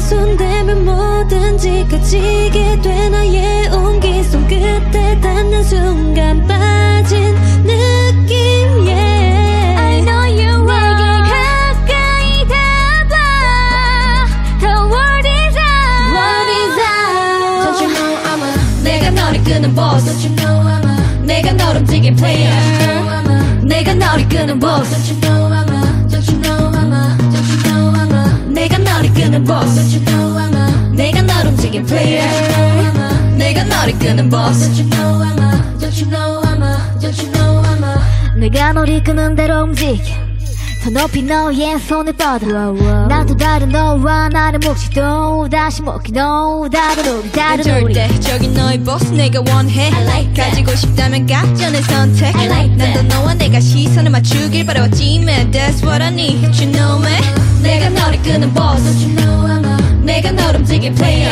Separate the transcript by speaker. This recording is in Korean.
Speaker 1: 손대면 뭐든지 그치게 돼 나의 온기 손끝에 닿는 순간 빠진 느낌 yeah I know you 내게 가까이 다봐 The world is out What is out
Speaker 2: Don't you know I'm a
Speaker 1: 내가 너를 끄는
Speaker 2: Don't
Speaker 1: boss
Speaker 2: you know I'm a
Speaker 1: 내가 널 움직인 player
Speaker 2: Don't you know I'm a
Speaker 1: 내가 너를 끄는 boss
Speaker 2: Don't you know I'm a Don't you know I'm a Don't you know I'm a
Speaker 1: 내가 너를 끄는 boss
Speaker 2: Don't you know I'm a
Speaker 1: 내가 널 움직인 player 내가 너를 끄는 boss
Speaker 2: Don't you know I'm a Don't you know I'm a Don't you know I'm a
Speaker 3: 내가 널 이끄는 대로 움직여 더 높이 너의 손을 뻗어 나도 다른 너와 나를 묵지도 다시 먹기도 다른 우리 다른 우리
Speaker 1: 절대적인 너의 boss 내가 원해
Speaker 2: I like that.
Speaker 1: 가지고 싶다면 각전의 선택
Speaker 2: I like that.
Speaker 1: 난더 너와 내가 시선을 맞추길 바라왔지만 That's what I need you know me 내가 너를 끄는 boss
Speaker 2: Don't you know I'm a
Speaker 1: 내가 널 움직인 player